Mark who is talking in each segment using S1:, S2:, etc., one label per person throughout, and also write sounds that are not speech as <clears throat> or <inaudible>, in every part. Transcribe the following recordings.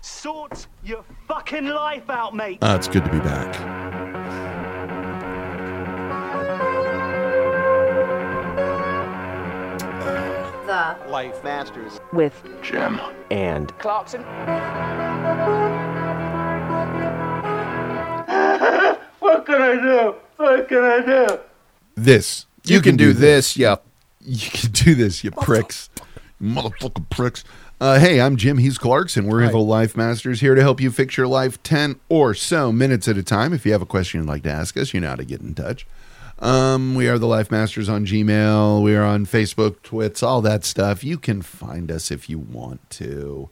S1: Sort your fucking life out, mate.
S2: Uh, it's good to be back.
S3: The
S4: Life Masters.
S3: with
S5: Jim.
S6: and
S4: Clarkson.
S7: What can I do? What can I do?
S2: This
S8: You, can, do, this, yeah.
S2: You <laughs> can do this, you pricks, you motherfucking pricks. Uh, hey, I'm Jim. He's Clarkson. We're Evil Life Masters here to help you fix your life ten or so minutes at a time. If you have a question you'd like to ask us, you know how to get in touch. Um, we are the Life Masters on Gmail. We are on Facebook, Twits, all that stuff. You can find us if you want to.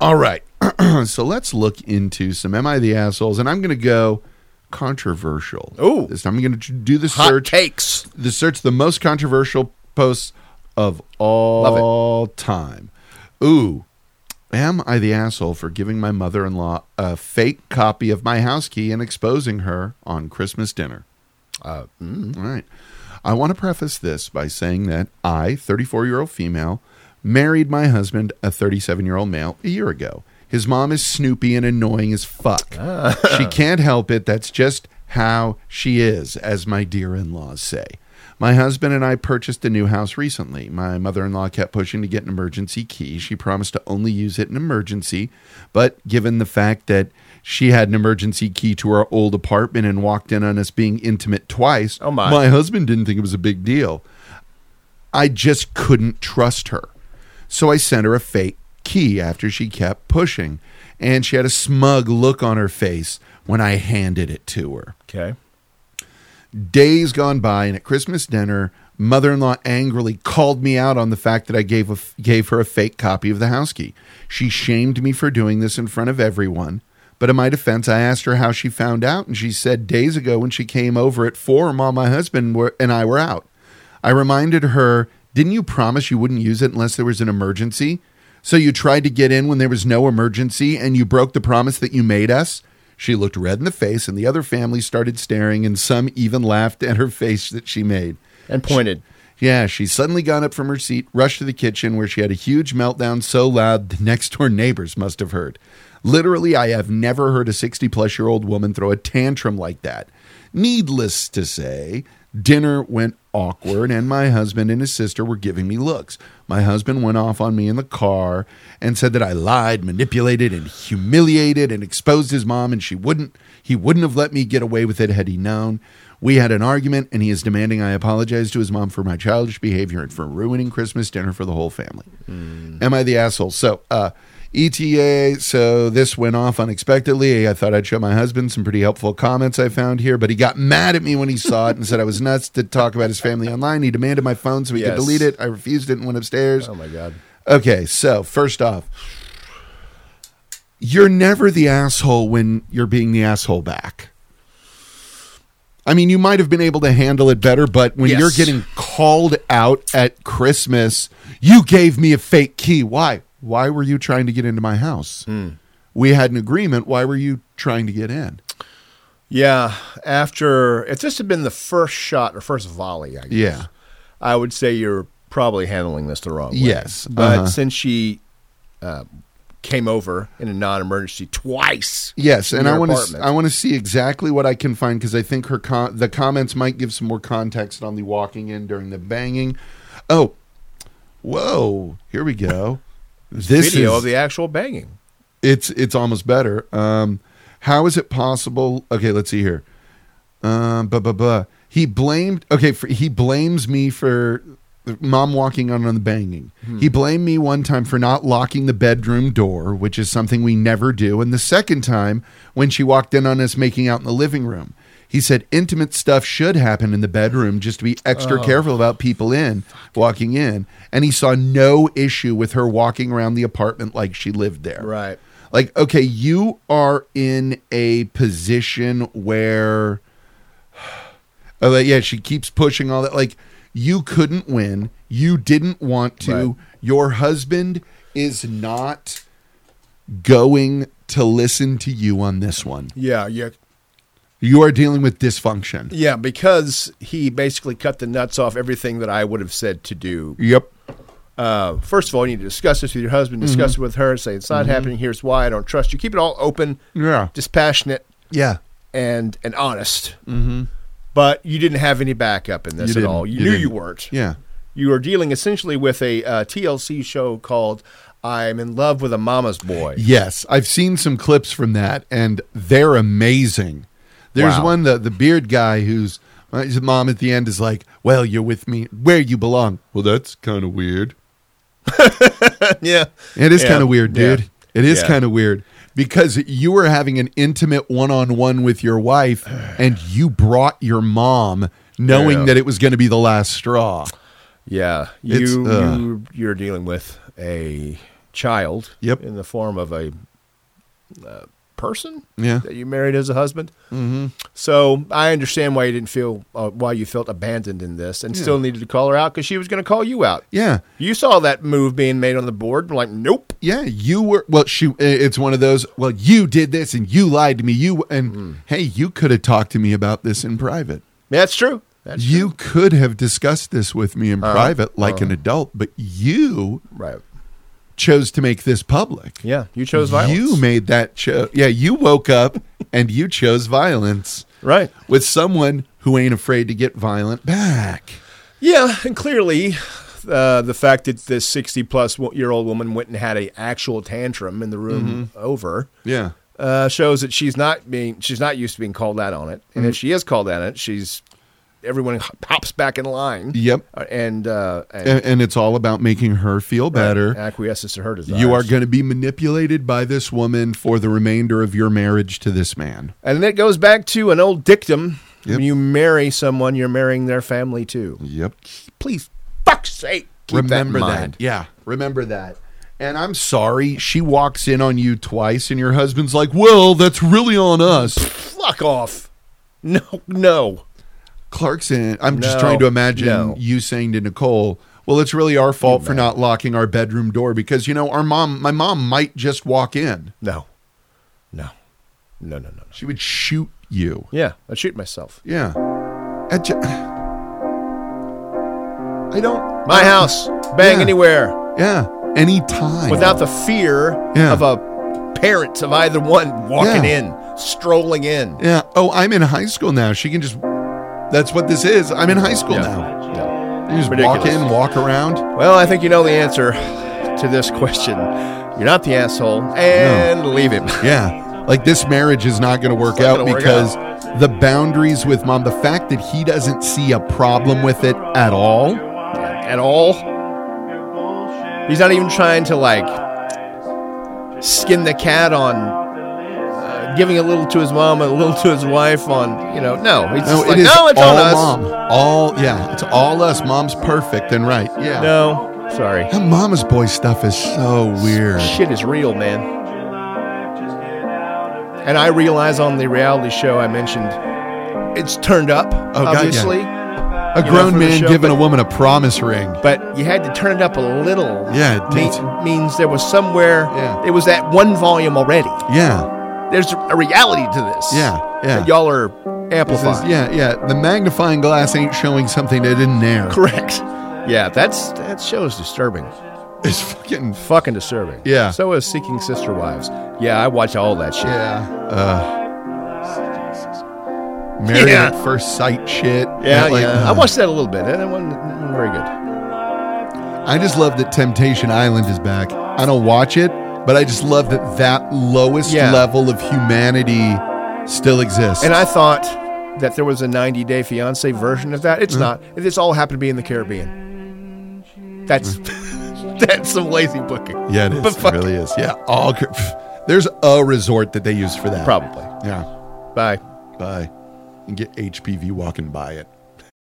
S2: All right. <clears throat> so let's look into some Am I the Assholes? And I'm going to go controversial.
S8: Ooh.
S2: This time I'm going to do the
S8: Hot
S2: search
S8: takes.
S2: the search the most controversial posts of all time. Ooh, am I the asshole for giving my mother-in-law a fake copy of my house key and exposing her on Christmas dinner? All right. I want to preface this by saying that I, 34 year old female, married my husband, a 37 year old male, a year ago. His mom is snoopy and annoying as fuck. She can't help it. That's just how she is, as my dear in laws say. My husband and I purchased a new house recently. My mother in law kept pushing to get an emergency key. She promised to only use it in emergency, but given the fact that she had an emergency key to our old apartment and walked in on us being intimate twice,
S8: Oh, my.
S2: my husband didn't think it was a big deal. I just couldn't trust her. So I sent her a fake key after she kept pushing, and she had a smug look on her face when I handed it to her.
S8: Okay.
S2: Days gone by, and at Christmas dinner, mother-in-law angrily called me out on the fact that I gave a, gave her a fake copy of the house key. She shamed me for doing this in front of everyone. But in my defense, I asked her how she found out, and she said days ago when she came over at four, while my husband were, and I were out. I reminded her, "Didn't you promise you wouldn't use it unless there was an emergency? So you tried to get in when there was no emergency, and you broke the promise that you made us." She looked red in the face, and the other family started staring, and some even laughed at her face that she made.
S8: And pointed.
S2: Yeah, she suddenly got up from her seat, rushed to the kitchen where she had a huge meltdown so loud the next door neighbors must have heard. Literally, I have never heard a 60 plus year old woman throw a tantrum like that. Needless to say, dinner went awkward, and my husband and his sister were giving me looks. My husband went off on me in the car and said that I lied, manipulated, and humiliated and exposed his mom, and she wouldn't, he wouldn't have let me get away with it had he known. We had an argument, and he is demanding I apologize to his mom for my childish behavior and for ruining Christmas dinner for the whole family.
S8: Hmm.
S2: Am I the asshole? So, uh, ETA, so this went off unexpectedly. I thought I'd show my husband some pretty helpful comments I found here, but he got mad at me when he saw it and said I was nuts to talk about his family online. He demanded my phone so he could
S8: Yes.
S2: delete it. I refused it and went upstairs.
S8: Oh my god.
S2: Okay, so first off, you're never the asshole when you're being the asshole back. I mean, you might have been able to handle it better, but when
S8: Yes.
S2: you're getting called out at Christmas, you gave me a fake key. Why? Why were you trying to get into my house? We had an agreement. Why were you trying to get in?
S8: Yeah. After if this had been the first shot or first volley, I guess.
S2: Yeah.
S8: I would say you're probably handling this the wrong way.
S2: Yes,
S8: But
S2: uh-huh.
S8: since she uh, came over in a non-emergency twice.
S2: Yes,
S8: in
S2: and
S8: your
S2: I want to
S8: apartment,
S2: I want to see exactly what I can find because I think her con- the comments might give some more context on the walking in during the banging. Oh, whoa! Here we go. this
S8: video
S2: is
S8: of the actual banging.
S2: it's it's almost better. Um, how is it possible? Okay, let's see here. Um, blah blah blah. He blamed. Okay, for, he blames me for mom walking on on the banging. He blamed me one time for not locking the bedroom door, which is something we never do, and the second time when she walked in on us making out in the living room. He said intimate stuff should happen in the bedroom just to be extra careful about people in walking in and he saw no issue with her walking around the apartment like she lived there.
S8: Right.
S2: Like, okay, you are in a position where, oh, like, yeah, she keeps pushing all that. Like, you couldn't win. You didn't want to.
S8: Right.
S2: Your husband is not going to listen to you on this one.
S8: Yeah. Yeah.
S2: You are dealing with dysfunction.
S8: Yeah. Because he basically cut the nuts off everything that I would have said to do
S2: Yep.
S8: Uh, first of all, you need to discuss this with your husband, discuss it with her, say it's not happening. Here's why I don't trust you. Keep it all open,
S2: Yeah.
S8: dispassionate,
S2: Yeah.
S8: and and honest. Mm-hmm. But you didn't have any backup in this
S2: You
S8: at all.
S2: didn't.
S8: You,
S2: You
S8: knew
S2: didn't.
S8: you weren't.
S2: Yeah.
S8: You were dealing essentially with a uh, TLC show called "I'm in Love with a Mama's Boy."
S2: <laughs> Yes, I've seen some clips from that, and they're amazing. There's
S8: Wow.
S2: one the the beard guy who's uh, his mom at the end is like, "Well, you're with me where you belong." Well, that's kind of weird.
S8: yeah,
S2: It is
S8: Yeah.
S2: kind of weird,
S8: Yeah.
S2: dude. It is
S8: Yeah.
S2: kind of weird because you were having an intimate one-on-one with your
S8: <sighs>
S2: wife, and you brought your mom, knowing
S8: Yeah.
S2: that it was going to be the last straw.
S8: yeah.
S2: It's,
S8: You,
S2: uh,
S8: you you're dealing with a child.
S2: Yep.
S8: In the form of a uh, person.
S2: Yeah.
S8: That you married as a husband. Mm-hmm. So I understand why you didn't feel uh, why you felt abandoned in this, and still needed to call her out because she was going to call you out.
S2: Yeah,
S8: You saw that move being made on the board. Like, nope.
S2: yeah. You were well. She. It's one of those. Well, you did this, and you lied to me. You and
S8: Mm.
S2: hey, you could have talked to me about this in private.
S8: That's true. Uh-huh. That's
S2: you could have discussed this with me in private like an adult, but you
S8: right.
S2: chose to make this public.
S8: Yeah, you chose violence.
S2: You made that cho Yeah, you woke up and you chose violence
S8: right.
S2: with someone who ain't afraid to get violent back.
S8: Yeah, and clearly, uh, the fact that this sixty-plus-year-old woman went and had a actual tantrum in the room
S2: Mm-hmm.
S8: over
S2: Yeah.
S8: uh, shows that she's not being she's not used to being called out on it,
S2: Mm-hmm.
S8: and if she is called out on it, she's everyone h- pops back in line.
S2: Yep.
S8: uh, and uh, and,
S2: And, and it's all about making her feel better.
S8: acquiesces to her desires.
S2: You are going to be manipulated by this woman for the remainder of your marriage to this man.
S8: and it goes back to an old dictum:
S2: Yep.
S8: when you marry someone, you're marrying their family too.
S2: Yep.
S8: Please, fuck's sake, keep
S2: remember
S8: that.
S2: that,
S8: In mind.
S2: Yeah, remember that. And I'm sorry, she walks in on you twice, and your husband's like, "Well, that's really on us."
S8: Fuck off. No, no.
S2: Clarkson, I'm just
S8: No,
S2: trying to imagine
S8: no.
S2: you saying to Nicole, "Well, it's really our fault for not locking our bedroom door because you know our mom, my mom might just walk in.
S8: No. No. No, no, no, no.
S2: She would shoot you."
S8: Yeah, I'd shoot myself.
S2: Yeah, I, ju- I don't.
S8: My house, bang
S2: Yeah.
S8: anywhere,
S2: Yeah, anytime.
S8: without the fear
S2: Yeah.
S8: of a parent of either one walking in, strolling in.
S2: Yeah. Oh, I'm in high school now. She can just. That's what this is. I'm in high school
S8: Yeah.
S2: now.
S8: No.
S2: You just walk
S8: Ridiculous.
S2: in, walk around.
S8: Well, I think you know the answer to this question. You're not the asshole, and leave him.
S2: Yeah. Like this marriage is not going to work
S8: not
S2: out
S8: gonna work
S2: because the boundaries with mom, the fact that he doesn't see a problem with it at all.
S8: At all. He's not even trying to like skin the cat on uh, giving a little to his mom, a little to his wife on you know. No, he's
S2: No,
S8: just
S2: it
S8: like
S2: is
S8: no, it's
S2: all
S8: on us.
S2: mom. All yeah, it's all us. Mom's perfect and right. Yeah.
S8: No, sorry.
S2: That mama's boy stuff is so weird.
S8: Shit is real, man. And I realize on the reality show I mentioned, it's turned up,
S2: Oh, God, yeah.
S8: obviously,
S2: A
S8: know,
S2: grown
S8: for the
S2: man
S8: show,
S2: giving a
S8: but-
S2: woman a promise ring.
S8: but you had to turn it up a little.
S2: Yeah, it
S8: Me-
S2: did.
S8: means there was somewhere.
S2: Yeah.
S8: It was at one volume already.
S2: Yeah.
S8: There's a reality to this.
S2: Yeah, yeah.
S8: That y'all are
S2: This is-
S8: amplifying.
S2: yeah, yeah. The magnifying glass ain't showing something that isn't there.
S8: Correct. Yeah, that's that show is disturbing.
S2: It's fucking
S8: Fucking disturbing.
S2: Yeah.
S8: So is Seeking Sister Wives. Yeah, I watch all that shit.
S2: Yeah. Uh, married
S8: Yeah.
S2: at first sight shit.
S8: Yeah,
S2: That, like,
S8: yeah. I
S2: uh,
S8: watched that a little bit. and That wasn't wasn't very good.
S2: I just love that Temptation Island is back. I don't watch it, but I just love that that lowest
S8: Yeah.
S2: level of humanity still exists.
S8: And I thought that there was a 90 Day Fiance version of that. It's not.
S2: Mm-hmm.
S8: This all happened to be in the Caribbean. That's <laughs> that's some lazy booking.
S2: Mm. yeah, it is.
S8: <laughs> But fuck
S2: it really is. Yeah. All cur- <laughs> there's a resort that they use for that.
S8: Probably.
S2: Yeah.
S8: Bye.
S2: Bye. And get HPV walking by it.